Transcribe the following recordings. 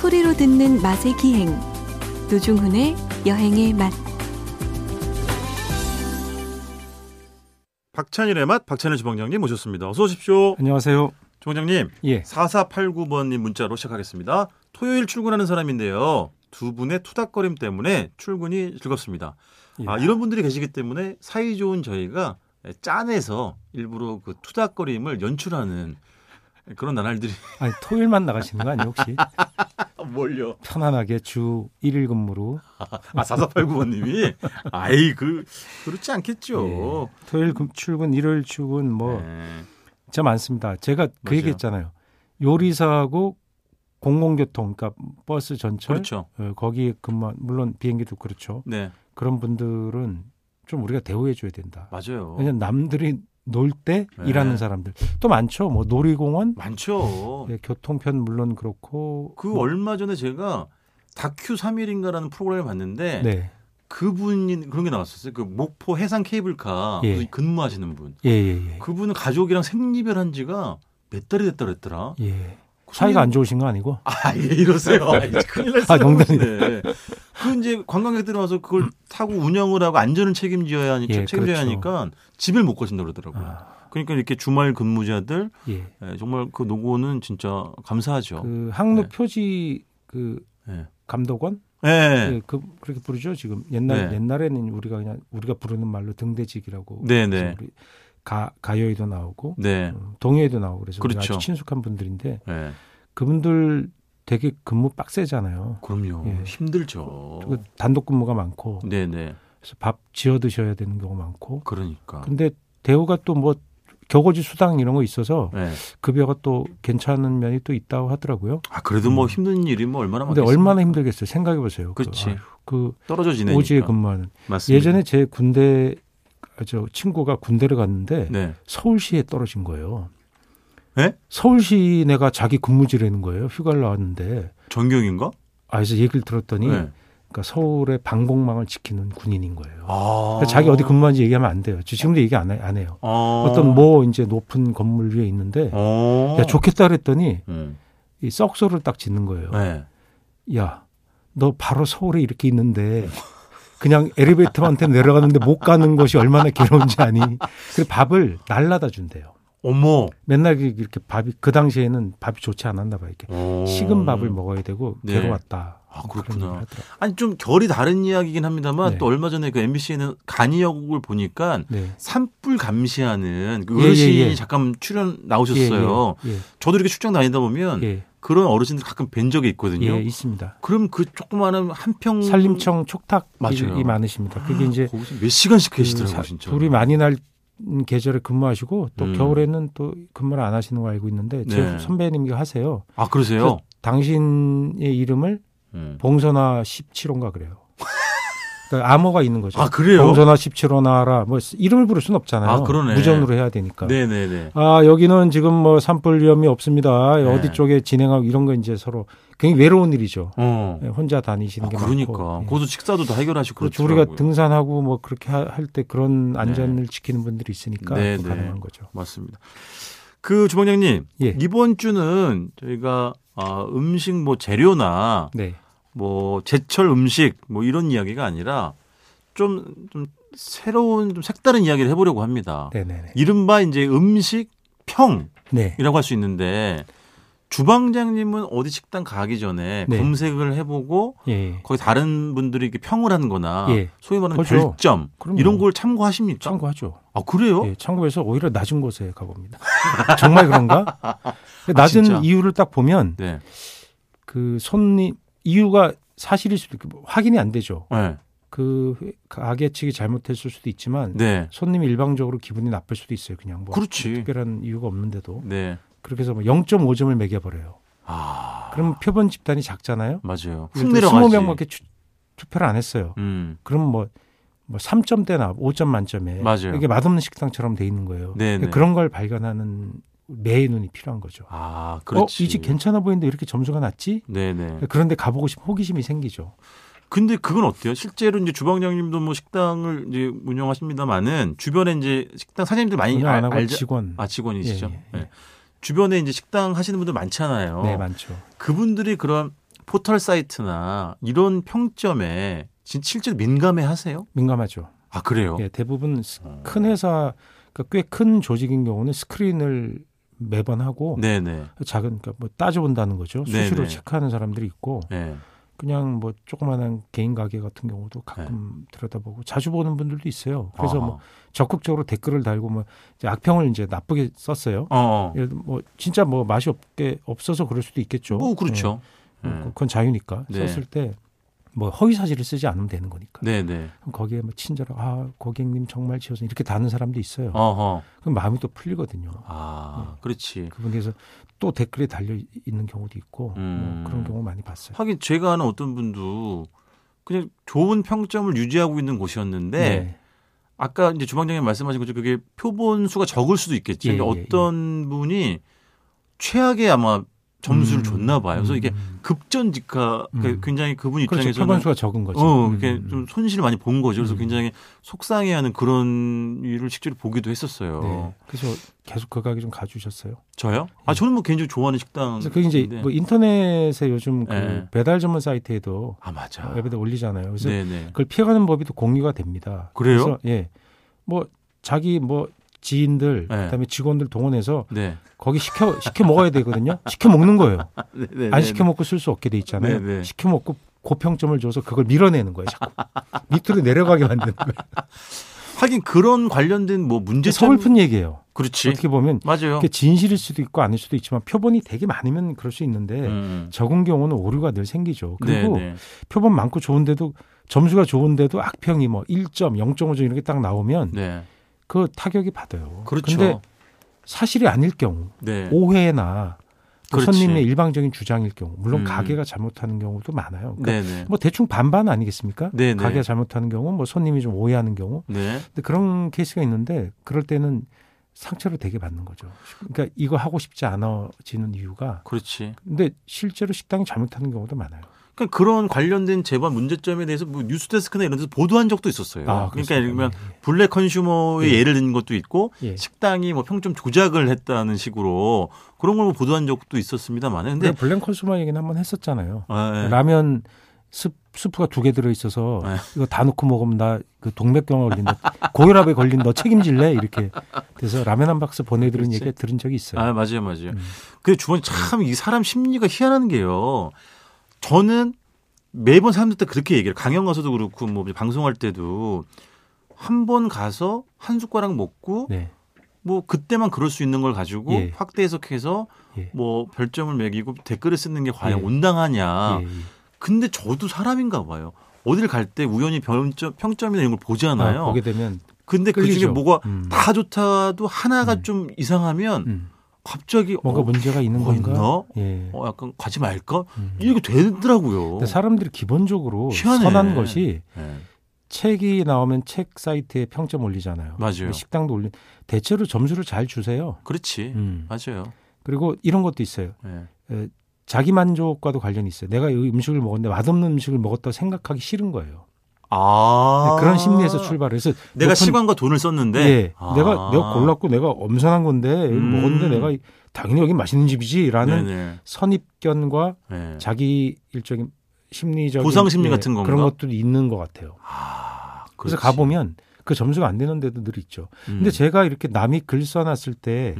소리로 듣는 맛의 기행 노중훈의 여행의 맛 박찬일의 맛 박찬일 주방장님 모셨습니다. 어서 오십시오. 안녕하세요. 주방장님 예. 4489번님 문자로 시작하겠습니다. 토요일 출근하는 사람인데요. 두 분의 투닥거림 때문에 출근이 즐겁습니다. 예. 아, 이런 분들이 계시기 때문에 사이좋은 저희가 짠해서 일부러 그 투닥거림을 연출하는 그런 나날들이 아니 토요일만 나가시는 거 아니에요 혹시? 몰려. 편안하게 주 1일 근무로 아, 4489번님이 아이 그 그렇지 않겠죠. 예. 토요일 금- 출근, 일요일 출근 뭐 참 네. 많습니다. 제가 그 맞아요. 얘기했잖아요. 요리사하고 공공교통, 그러니까 버스 전철 그렇죠. 어, 거기에 근무 물론 비행기도 그렇죠. 네 그런 분들은 좀 우리가 대우해 줘야 된다. 맞아요. 왜냐 면 남들이 놀 때 네. 일하는 사람들 또 많죠. 뭐 놀이공원, 많죠. 예, 교통편 물론 그렇고 어. 그 뭐, 얼마 전에 제가 다큐 3일인가라는 프로그램을 봤는데 네, 그분이 그런 게 나왔었어요. 그 목포 해상 케이블카 예. 거기 근무하시는 분. 예, 예, 그분은 가족이랑 생리별한 지가 몇 달이 됐다 그랬더라. 예. 예. 사이가 안 좋으신 거 아니고? 아, 예, 이러세요. 아, 이제 큰일 났어요. 아, 농담이네. 네. 그 이제 관광객들이 와서 그걸 타고 운영을 하고 안전을 책임져야 하니까 음. 예, 책임져야 그렇죠. 하니까 집을 못 가신다 그러더라고요. 아, 그러니까 이렇게 주말 근무자들 예. 예, 정말 그 노고는 진짜 감사하죠. 그 항로 네. 표지 그 예. 감독원 네. 예, 그 그렇게 부르죠 지금 옛날 네. 옛날에는 우리가 그냥 우리가 부르는 말로 등대직이라고 네, 그래서 네. 우리 가 가요에도 나오고 네. 음, 동요에도 나오고 그래서 우리가 그렇죠. 아주 친숙한 분들인데 네. 그분들 되게 근무 빡세잖아요. 그럼요. 예. 힘들죠. 그리고 단독 근무가 많고 어. 네네. 그래서 밥 지어 드셔야 되는 경우 많고 그러니까. 근데 대우가 또 뭐 겨거지 수당 이런 거 있어서 네. 급여가 또 괜찮은 면이 또 있다고 하더라고요. 아 그래도 뭐 음. 힘든 일이 뭐 얼마나 근데 많겠어요. 얼마나 힘들겠어요. 생각해 보세요. 그렇지. 그 떨어져 지내니까. 오지에 근무하는. 맞습니다. 예전에 제 군대 아, 저 친구가 군대를 갔는데 네. 서울시에 떨어진 거예요. 예? 서울시 내가 자기 근무지라는 거예요. 휴가를 나왔는데. 전경인가? 아, 그래서 얘기를 들었더니 네. 그러니까 서울의 방공망을 지키는 군인인 거예요. 아. 그러니까 자기 어디 근무하는지 얘기하면 안 돼요. 저 지금도 얘기 안, 해- 안 해요. 아. 어떤 뭐 이제 높은 건물 위에 있는데 어. 야 좋겠다 그랬더니 음. 이 썩소를 딱 짓는 거예요. 네. 야, 너 바로 서울에 이렇게 있는데 그냥 엘리베이터한테 내려가는데 못 가는 것이 얼마나 괴로운지 아니. 그리고 밥을 날라다 준대요. 어머. 맨날 이렇게 밥이 그 당시에는 밥이 좋지 않았나 봐요. 이렇게 어. 식은 밥을 먹어야 되고 네. 괴로웠다. 아, 그런 그렇구나. 얘기를 하더라고요. 아니 좀 결이 다른 이야기긴 합니다만 네. 또 얼마 전에 그 MBC에는 간이역을 보니까 네. 산불 감시하는 그 예, 예, 어르신이 예. 잠깐 출연 나오셨어요. 예, 예, 저도 이렇게 출장 다니다 보면 예, 그런 어르신들 가끔 뵌 적이 있거든요. 예, 있습니다. 그럼 그 조그마한 한평 산림청 촉탁이 맞아요. 많으십니다. 그게 이제 그 거기서 몇 시간씩 계시더라고요, 사- 진짜. 불이 많이 날 계절에 근무하시고 또 음. 겨울에는 또 근무를 안 하시는 거 알고 있는데 네. 제 선배님이 하세요. 아 그러세요? 그래서 당신의 이름을 음. 봉선화 17호인가 그래요. 그러니까 암호가 있는 거죠. 아 그래요? 봉선화 17호나라 뭐 이름을 부를 수는 없잖아요. 아, 그러네. 무전으로 해야 되니까. 네네네. 아 여기는 지금 뭐 산불 위험이 없습니다. 네. 어디 쪽에 진행하고 이런 거 이제 서로 굉장히 외로운 일이죠. 어. 예, 혼자 다니시는 아, 게 그러니까 많고. 예. 고수 식사도 다 해결하시고 그렇죠. 그렇더라고요. 우리가 등산하고 뭐 그렇게 할 때 그런 안전을 지키는 분들이 있으니까 네, 또 네. 가능한 거죠. 맞습니다. 그 주방장님 예. 이번 주는 저희가 아, 음식 뭐 재료나 네. 뭐 제철 음식 뭐 이런 이야기가 아니라 좀 좀 새로운 좀 색다른 이야기를 해보려고 합니다. 네, 네, 네. 이른바 이제 음식 평 네. 이라고 할 수 있는데 주방장님은 어디 식당 가기 전에 네. 검색을 해보고 예. 거기 다른 분들이 이렇게 평을 하는거나 예. 소위 말하는 그렇죠. 별점 그럼요. 이런 걸 참고하십니까? 참고하죠. 아 그래요? 예, 참고해서 오히려 낮은 곳에 가봅니다. 정말 그런가? 낮은 아, 진짜? 이유를 딱 보면 네. 그 손님 이유가 사실일 수도 있고 뭐 확인이 안 되죠. 네. 그 회- 가게 측이 잘못했을 수도 있지만 네. 손님이 일방적으로 기분이 나쁠 수도 있어요. 그냥 뭐 그렇지. 특별한 이유가 없는데도 네. 그렇게 해서 뭐 0.5점을 매겨버려요. 아 그러면 표본 집단이 작잖아요. 맞아요. 훅 내려가지. 20명밖에 투표를 안 했어요. 음. 그럼 뭐, 뭐 3점대나 5점 만점에 맞아요. 이게 맛없는 식당처럼 돼 있는 거예요. 네, 네. 그런 걸 발견하는 매의 눈이 필요한 거죠. 아 그렇지. 음. 어, 이 집 괜찮아 보이는데 왜 이렇게 점수가 낮지? 네네. 그런데 가보고 싶은 호기심이 생기죠. 근데 그건 어때요? 실제로 이제 주방장님도 뭐 식당을 이제 운영하십니다만은 주변에 이제 식당 사장님들 많이 전혀 안 하고 알죠? 직원. 아 직원이시죠. 예, 예, 예. 네. 주변에 이제 식당 하시는 분들 많잖아요. 네, 많죠. 그분들이 그런 포털 사이트나 이런 평점에 진 실제로 민감해 하세요? 민감하죠. 아 그래요? 예, 대부분 스- 어. 큰 회사, 그러니까 꽤 큰 조직인 경우는 스크린을 매번 하고 네네. 작은 그러니까 뭐 따져본다는 거죠. 수시로 네네. 체크하는 사람들이 있고 네. 그냥 뭐 조그만한 개인 가게 같은 경우도 가끔 네. 들여다보고 자주 보는 분들도 있어요. 그래서 뭐 적극적으로 댓글을 달고 뭐 이제 악평을 이제 나쁘게 썼어요. 아하. 어, 어. 예를 들어 뭐 진짜 뭐 맛이 없게 없어서 그럴 수도 있겠죠. 뭐 그렇죠. 예. 음. 그건 자유니까 네. 썼을 때 뭐 허위 사실을 쓰지 않으면 되는 거니까. 네네. 그럼 거기에 뭐 친절하고 아 고객님 정말 지어서 이렇게 다는 사람도 있어요. 어허. 그럼 마음이 또 풀리거든요. 예. 아 그렇지. 그분께서 또 댓글이 달려 있는 경우도 있고 음. 뭐 그런 경우 많이 봤어요. 하긴 제가 아는 어떤 분도 그냥 좋은 평점을 유지하고 있는 곳이었는데 네. 아까 이제 주방장님 말씀하신 것처럼 그게 표본 수가 적을 수도 있겠지. 예, 그러니까 예, 어떤 분이 최악의 아마 점수를 음, 줬나 봐요. 아, 그래서 이게 음. 급전 직하 그러니까 음. 굉장히 그분 그렇죠. 입장에서는 표본수가 적은 거죠. 어, 음. 이렇게 좀 손실을 많이 본 거죠. 그래서 음. 굉장히 속상해하는 그런 일을 실제로 보기도 했었어요. 네. 그래서 계속 그 가게 좀 가주셨어요. 저요? 아 저는 뭐 개인적으로 좋아하는 식당. 그래서 그게 이제 인데. 뭐 인터넷에 요즘 그 예. 배달 전문 사이트에도 아 맞아. 웹에다 올리잖아요. 그래서 네네. 그걸 피해가는 법이 또 공유가 됩니다. 그래요? 서 예. 뭐 자기 뭐 지인들 예. 그다음에 직원들 동원해서 네. 거기 시켜 시켜 먹어야 되거든요. 시켜 먹는 거예요. 네네. 안 시켜 먹고 쓸 수 없게 돼 있잖아요. 네, 네. 시켜 먹고 고평점을 줘서 그걸 밀어내는 거예요. 자꾸 밑으로 내려가게 만드는 거예요. 하긴 그런 관련된 뭐 문제 네. 서글픈 얘기예요. 그렇지. 어떻게 보면 맞아요. 그게 진실일 수도 있고 아닐 수도 있지만 표본이 되게 많으면 그럴 수 있는데 음. 적은 경우는 오류가 늘 생기죠. 그리고 네네. 표본 많고 좋은데도 점수가 좋은데도 악평이 뭐 1점, 0.5점 이렇게 딱 나오면 네. 그 타격이 받아요. 그렇죠. 근데 사실이 아닐 경우 네. 오해나 또 그렇지. 손님의 일방적인 주장일 경우 물론 음. 가게가 잘못하는 경우도 많아요. 그러니까 네네. 뭐 대충 반반 아니겠습니까? 네네. 가게가 잘못하는 경우 뭐 손님이 좀 오해하는 경우 네. 근데 그런 케이스가 있는데 그럴 때는 상처를 되게 받는 거죠. 그러니까 이거 하고 싶지 않아지는 이유가 그렇지. 근데 실제로 식당이 잘못하는 경우도 많아요. 그러니까 그런 관련된 재반 문제점에 대해서 뭐 뉴스데스크나 이런 데서 보도한 적도 있었어요. 아, 그러니까 예를 들면 네. 블랙 컨슈머의 예. 예를 든 것도 있고 예. 식당이 뭐 평점 조작을 했다는 식으로 그런 걸뭐 보도한 적도 있었습니다만 근데 근데 블랙 컨슈머 얘기는 한번 했었잖아요. 아, 예. 라면 스, 스프가 두 개 들어 있어서 네. 이거 다 넣고 먹으면 나 그 동맥경화 걸린다, 고혈압에 걸린다, 너 책임질래 이렇게 돼서 라면 한 박스 보내드린 그렇지. 얘기 들은 적이 있어요. 아, 맞아요, 맞아요. 음. 근데 그 주원 참 이 사람 심리가 희한한 게요. 저는 매번 사람들한테 그렇게 얘기해요. 강연 가서도 그렇고 뭐 방송할 때도 한 번 가서 한 숟가락 먹고 네, 뭐 그때만 그럴 수 있는 걸 가지고 예. 확대 해석해서 예. 뭐 별점을 매기고 댓글을 쓰는 게 과연 예. 온당하냐. 예, 예. 근데 저도 사람인가 봐요. 어딜 갈 때 우연히 평점, 평점이나 이런 걸 보잖아요. 아, 보게 되면 근데 그 중에 끌리죠. 뭐가 음. 다 좋다도 하나가 음. 좀 이상하면 음. 갑자기 뭔가 어, 문제가 있는 뭐가 건가? 있나? 예. 어, 약간 가지 말까? 음. 이렇게 되더라고요. 근데 사람들이 기본적으로 희한해. 선한 것이 네. 책이 나오면 책 사이트에 평점 올리잖아요. 맞아요. 식당도 올린 대체로 점수를 잘 주세요. 그렇지. 음. 예. 맞아요. 그리고 이런 것도 있어요. 네. 에, 자기 만족과도 관련이 있어요. 내가 이 음식을 먹었는데 맛없는 음식을 먹었다고 생각하기 싫은 거예요. 네, 아. 그런 심리에서 출발해서 내가 높은- 시간과 돈을 썼는데. 예, 아. 내가 내가 골랐고 내가 엄선한 건데 여기 음. 먹었는데 내가 이- 당연히 여기 맛있는 집이지라는 네네. 선입견과 네. 자기 일적인 심리적인 예, 보상 심리 같은 건가? 그런 것도 있는 것 같아요. 아, 그렇지. 그래서 가보면 그 점수가 안 되는 데도 늘 있죠. 음. 근데 제가 이렇게 남이 글 써놨을 때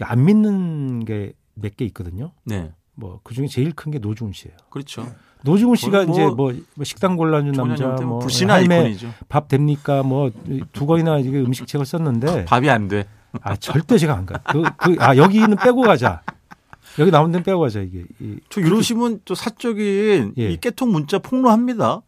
안 음. 믿는 게 몇 개 있거든요. 네. 뭐 그중에 제일 큰 게 노중훈 씨예요. 그렇죠. 노중훈 거의 씨가 뭐 이제 뭐, 뭐 식당 골라준 남자, 청년형 때뭐 뭐 불신한 할매 아이콘이죠. 밥 됩니까? 뭐 두 권이나 이게 음식책을 썼는데 밥이 안 돼. 아 절대 제가 안 가. 그그아 여기는 빼고 가자. 여기 나온 데는 빼고 가자 이게. 이- 저 이러시면 저 사적인 그- 예. 이 깨통 문자 폭로합니다.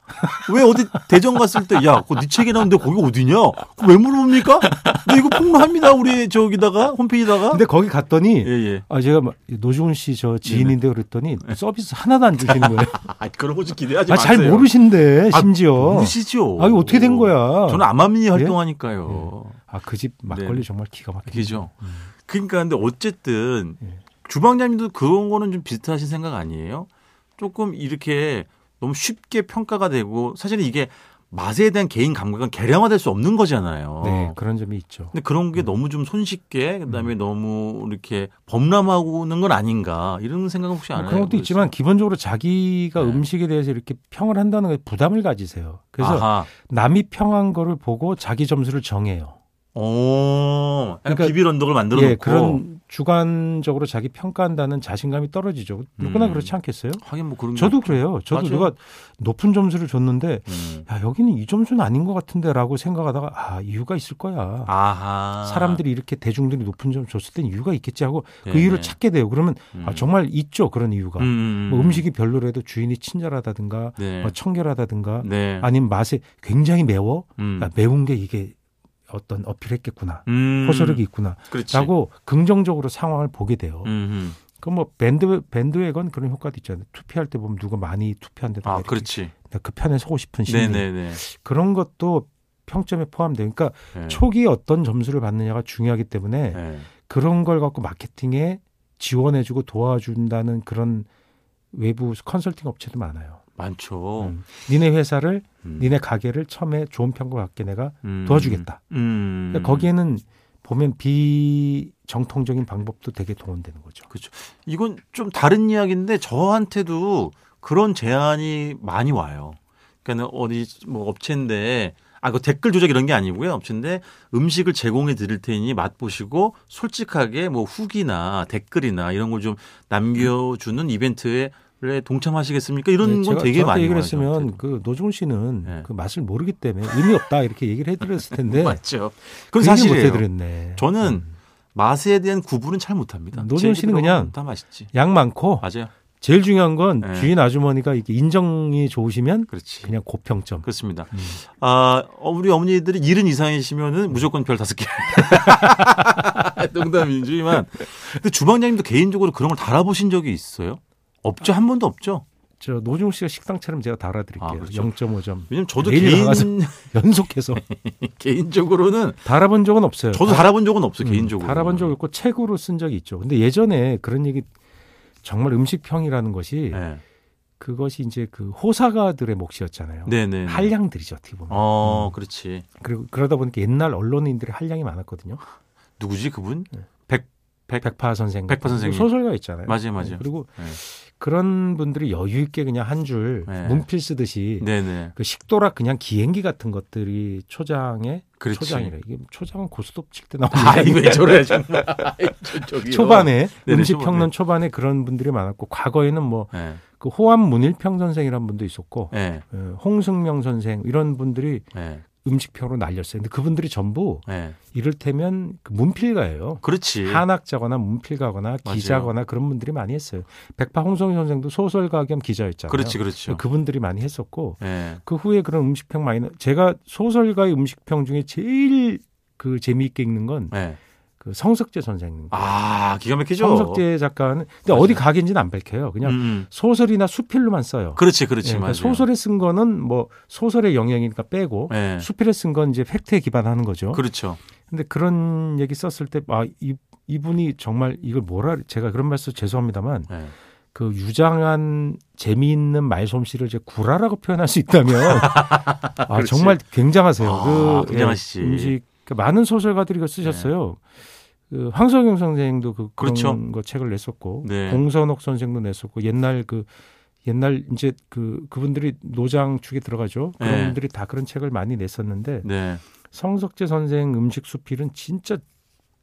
왜 어디 대전 갔을 때 야, 그네 책에 나오는데 거기 어디냐? 그거 왜 물어봅니까? 너 이거 폭로합니다. 우리 저기다가 홈페이지다가. 근데 거기 갔더니 예, 예. 아 제가 막 노중훈 씨 저 지인인데 그랬더니 서비스 하나도 안 주시는 거예요. 아, 그런 거좀 기대하지 아 마세요. 잘 모르신데 아, 심지어. 모르시죠. 아 이거 어떻게 된 거야? 예? 저는 암암리 활동하니까요. 아 그 집 막걸리 네. 정말 기가 막히죠. 그죠? 그러니까 근데 어쨌든 음. 예. 주방장님도 그런 거는 좀 비슷하신 생각 아니에요? 조금 이렇게 너무 쉽게 평가가 되고 사실은 이게 맛에 대한 개인 감각은 개량화될 수 없는 거잖아요. 네, 음. 그런 점이 있죠. 근데 그런 게 너무 좀 손쉽게 그다음에 너무 이렇게 범람하고는 건 아닌가 이런 생각 혹시 네, 안 해요? 뭐 그런 것도 있지만 기본적으로 자기가 네. 음식에 대해서 이렇게 평을 한다는 거에 부담을 가지세요. 그래서 아하. 남이 평한 거를 보고 자기 점수를 정해요. 오, 어. 약간 그러니까- 비빌 언덕을 만들어 놓고 예, 그런 주관적으로 자기 평가한다는 자신감이 떨어지죠. 누구나 음. 그렇지 않겠어요? 하긴 뭐 그런 게 저도 그래요. 저도 맞아요. 누가 높은 점수를 줬는데 음. 야 여기는 이 점수는 아닌 것 같은데라고 생각하다가 아 이유가 있을 거야. 아하. 사람들이 이렇게 대중들이 높은 점 줬을 땐 이유가 있겠지 하고 그 네네. 이유를 찾게 돼요. 그러면 아, 음. 정말 있죠 그런 이유가. 음. 뭐 음식이 별로라도 주인이 친절하다든가 네. 뭐 청결하다든가 네. 아니면 맛에 굉장히 매워 음. 아, 매운 게 이게 어떤 어필했겠구나 음. 호소력이 있구나 그렇지. 라고 긍정적으로 상황을 보게 돼요. 음, 음. 그 뭐 밴드 밴드웨건 그런 효과도 있잖아요. 투표할 때 보면 누가 많이 투표한 데도 아, 그렇지. 그 편에 서고 싶은 심리 네네네. 그런 것도 평점에 포함돼요. 그러니까 네. 초기에 어떤 점수를 받느냐가 중요하기 때문에 네. 그런 걸 갖고 마케팅에 지원해주고 도와준다는 그런 외부 컨설팅 업체도 많아요. 많죠. 음. 니네 회사를 어. 음. 니네 가게를 처음에 좋은 평가 받게 내가 음. 도와주겠다. 음. 그러니까 거기에는 보면 비정통적인 방법도 되게 동원되는 거죠. 이건 좀 다른 이야기인데 저한테도 그런 제안이 많이 와요. 그러니까 어디 뭐 업체인데 아, 그 댓글 조작 이런 게 아니고요. 업체인데 음식을 제공해 드릴 테니 맛보시고 솔직하게 뭐 후기나 댓글이나 이런 걸 좀 남겨주는 이벤트에 동참하시겠습니까? 이런 네, 건 제가 되게 저한테 많이 얘기를 와요. 했으면 저한테도. 그 노종 씨는 네. 그 맛을 모르기 때문에 의미 없다 이렇게 얘기를 해드렸을 텐데 맞죠. 그 그건 사실이에요. 못해드렸네. 저는 음. 맛에 대한 구분은 잘 못합니다. 노지현 씨는 제주도는 그냥 다 맛있지. 양 많고 맞아요. 제일 중요한 건 네. 주인 아주머니가 이렇게 인정이 좋으시면 그렇지. 그냥 고평점. 그렇습니다. 음. 아, 어, 우리 어머니들이 70 이상이시면은 무조건 별 다섯 개. 농담이지만. 근데 주방장님도 개인적으로 그런 걸 달아보신 적이 있어요? 없죠. 한 번도 없죠. 저 노종 씨가 식당처럼 제가 달아드릴게요. 아, 그렇죠. 0.5점 왜냐면 저도 매일 개인, 나가서. 연속해서 개인적으로는 달아본 적은 없어요. 음, 저도 네. 음, 달아본 적은 없어요. 개인적으로. 달아본 적 없고 책으로 쓴 적이 있죠. 근데 예전에 그런 얘기 정말 음식평이라는 것이 네. 그것이 이제 그 호사가들의 몫이었잖아요. 네네. 한량들이죠 어떻게 보면. 어, 음. 그렇지. 그리고 그러다 보니까 옛날 언론인들의 한량이 많았거든요. 누구지 그분? 백파 선생, 백파 선생님. 소설가 있잖아요. 맞아요, 맞아요. 그리고 네. 그런 분들이 여유 있게 그냥 한 줄 네. 문필 쓰듯이 네네. 그 식도락 그냥 기행기 같은 것들이 초장에 그렇지. 초장이래. 이게 초장은 고스톱 칠 때 나오는 아이, 거 왜 저래, 정말. 아이, 저, 저기요. 초반에 네네, 음식 초반에. 평론 초반에 그런 분들이 많았고 과거에는 뭐 그 네. 호암 문일평 선생이란 분도 있었고 네. 어, 홍승명 선생 이런 분들이 네. 음식 평으로 날렸어요. 근데 그분들이 전부 네. 이를테면 그 문필가예요. 그렇지. 한학자거나 문필가거나 맞아요. 기자거나 그런 분들이 많이 했어요. 백파 홍성희 선생도 소설가 겸 기자였잖아요. 그렇지, 그렇죠. 분들이 많이 했었고 예. 그 후에 그런 음식평 많이 나- 제가 소설가의 음식평 중에 제일 그 재미있게 읽는 건 그 예. 성석재 선생님. 아, 기가 막히죠. 성석재 작가는 근데 맞아요. 어디 가게인지는 안 밝혀요. 그냥 음. 소설이나 수필로만 써요. 그렇지, 예, 그렇지. 그러니까 맞아요. 소설에 쓴 거는 뭐 소설의 영향이니까 빼고 예. 수필에 쓴 건 이제 팩트에 기반하는 거죠. 그렇죠. 근데 그런 얘기 썼을 때 아 이 이분이 정말 이걸 뭐라 제가 그런 말씀 죄송합니다만 예. 그 유장한 재미있는 말솜씨를 이제 구라라고 표현할 수 있다면 아 그렇지. 정말 굉장하세요. 아, 그 굉장하시지. 예, 음식 그 많은 소설가들이 그 쓰셨어요. 그 황석영 선생도 그 그런 네. 그렇죠. 거 책을 냈었고 네. 공선옥 선생도 냈었고 옛날 그 옛날 이제 그 그분들이 노장 축에 들어가죠. 그런 네. 분들이 다 그런 책을 많이 냈었는데 네. 성석재 선생 음식 수필은 진짜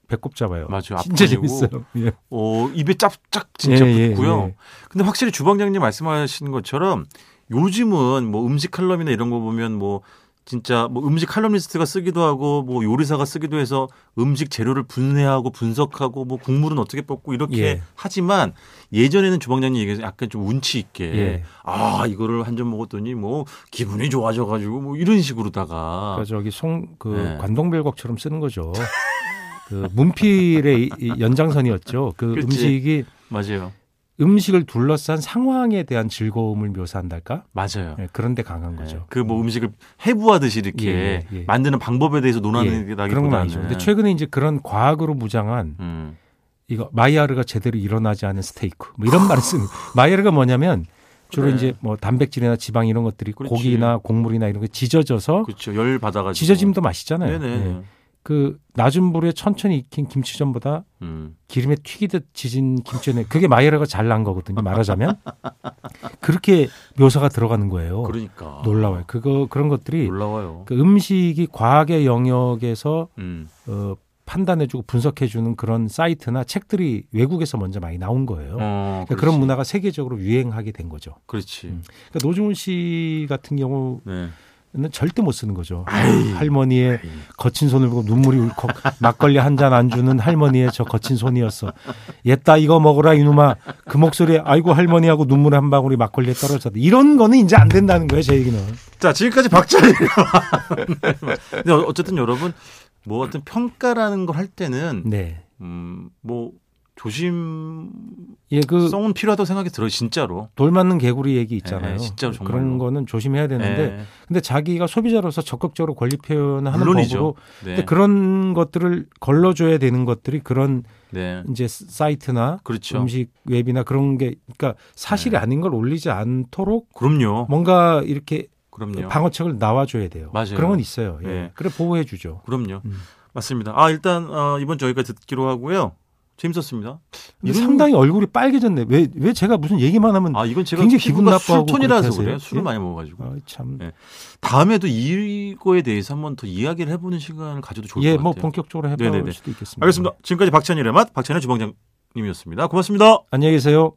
배꼽 잡아요. 맞아요. 진짜 앞분이고. 재밌어요. 예. 어, 입에 짭짝 진짜 예, 예, 붙고요. 예. 근데 확실히 주방장님 말씀하신 것처럼 요즘은 뭐 음식 칼럼이나 이런 거 보면 뭐 진짜 뭐 음식 칼럼니스트가 쓰기도 하고 뭐 요리사가 쓰기도 해서 음식 재료를 분해하고 분석하고 뭐 국물은 어떻게 뽑고 이렇게 예. 하지만 예전에는 주방장님 얘기해서 약간 좀 운치 있게 예. 아 이거를 한 점 먹었더니 뭐 기분이 좋아져가지고 뭐 이런 식으로다가 그러니까 저기 송, 그 아. 네. 관동별곡처럼 쓰는 거죠. 그 문필의 이- 이 연장선이었죠. 그 그치. 음식이 맞아요 음식을 둘러싼 상황에 대한 즐거움을 묘사한달까? 맞아요 예, 그런데 강한 거죠. 그 뭐 음식을 해부하듯이 이렇게 예, 예, 예. 만드는 방법에 대해서 논하는 예, 게 나기보다는 네. 그런 건 아니죠. 근데 최근에 이제 그런 과학으로 무장한 음. 이거 마이야르가 제대로 일어나지 않은 스테이크 뭐 이런 말을 쓰는 마이야르가 뭐냐면 주로 네. 이제 뭐 단백질이나 지방 이런 것들이 그렇지. 고기나 곡물이나 이런 거 찢어져서 그렇죠. 열 받아가지고. 찢어짐도 맛있잖아요. 네네. 예. 그 낮은 불에 천천히 익힌 김치전보다 음. 기름에 튀기듯 지진 김치전에 그게 마이라가 잘 난 거거든요. 말하자면 그렇게 묘사가 들어가는 거예요. 그러니까. 놀라워요. 그거 그런 것들이 놀라워요. 그 음식이 과학의 영역에서 음. 어, 판단해주고 분석해주는 그런 사이트나 책들이 외국에서 먼저 많이 나온 거예요. 어, 그러니까 그런 문화가 세계적으로 유행하게 된 거죠. 그렇지. 음. 그러니까 노중훈 씨 같은 경우는 네. 절대 못 쓰는 거죠. 할머니의 거친 손을 보고 눈물이 울컥 막걸리 한 잔 안 주는 할머니의 저 거친 손이었어. 옛다 이거 먹어라 이놈아. 그 목소리에 아이고 할머니하고 눈물 한 방울이 막걸리에 떨어졌다. 이런 거는 이제 안 된다는 거예요. 제 얘기는. 자, 지금까지 박찬희. 근데 어- 어쨌든 여러분, 뭐 어떤 평가라는 걸 할 때는, 네. 음, 뭐, 조심성은 예, 그 필요하다고 생각이 들어요, 진짜로. 돌맞는 개구리 얘기 있잖아요. 예, 진짜로 정말로. 그런 거는 조심해야 되는데 예, 근데 자기가 소비자로서 적극적으로 권리 표현하는 물론이죠. 법으로 네. 근데 그런 것들을 걸러줘야 되는 것들이 그런 네. 이제 사이트나 그렇죠. 음식 웹이나 그런 게 그러니까 사실이 네. 아닌 걸 올리지 않도록 그럼요. 뭔가 이렇게 그럼요. 방어책을 나와줘야 돼요. 맞아요. 그런 건 있어요. 예. 네. 그래 보호해 주죠. 그럼요. 음. 맞습니다. 아, 일단, 어, 이번 주 여기까지 듣기로 하고요. 재밌었습니다. 근데 이런- 상당히 얼굴이 빨개졌네. 왜 왜 제가 무슨 얘기만 하면 아, 이건 제가 굉장히 기분 피부가 나빠하고 술톤이라서 그렇게 하세요? 그래요. 술을 예? 많이 먹어가지고. 아, 참. 네. 다음에도 이거에 대해서 한번 더 이야기를 해보는 시간을 가져도 좋을 예, 것 뭐 같아요. 본격적으로 해볼 네네네. 수도 있겠습니다. 알겠습니다. 지금까지 박찬일의 맛, 박찬일 주방장님이었습니다. 고맙습니다. 안녕히 계세요.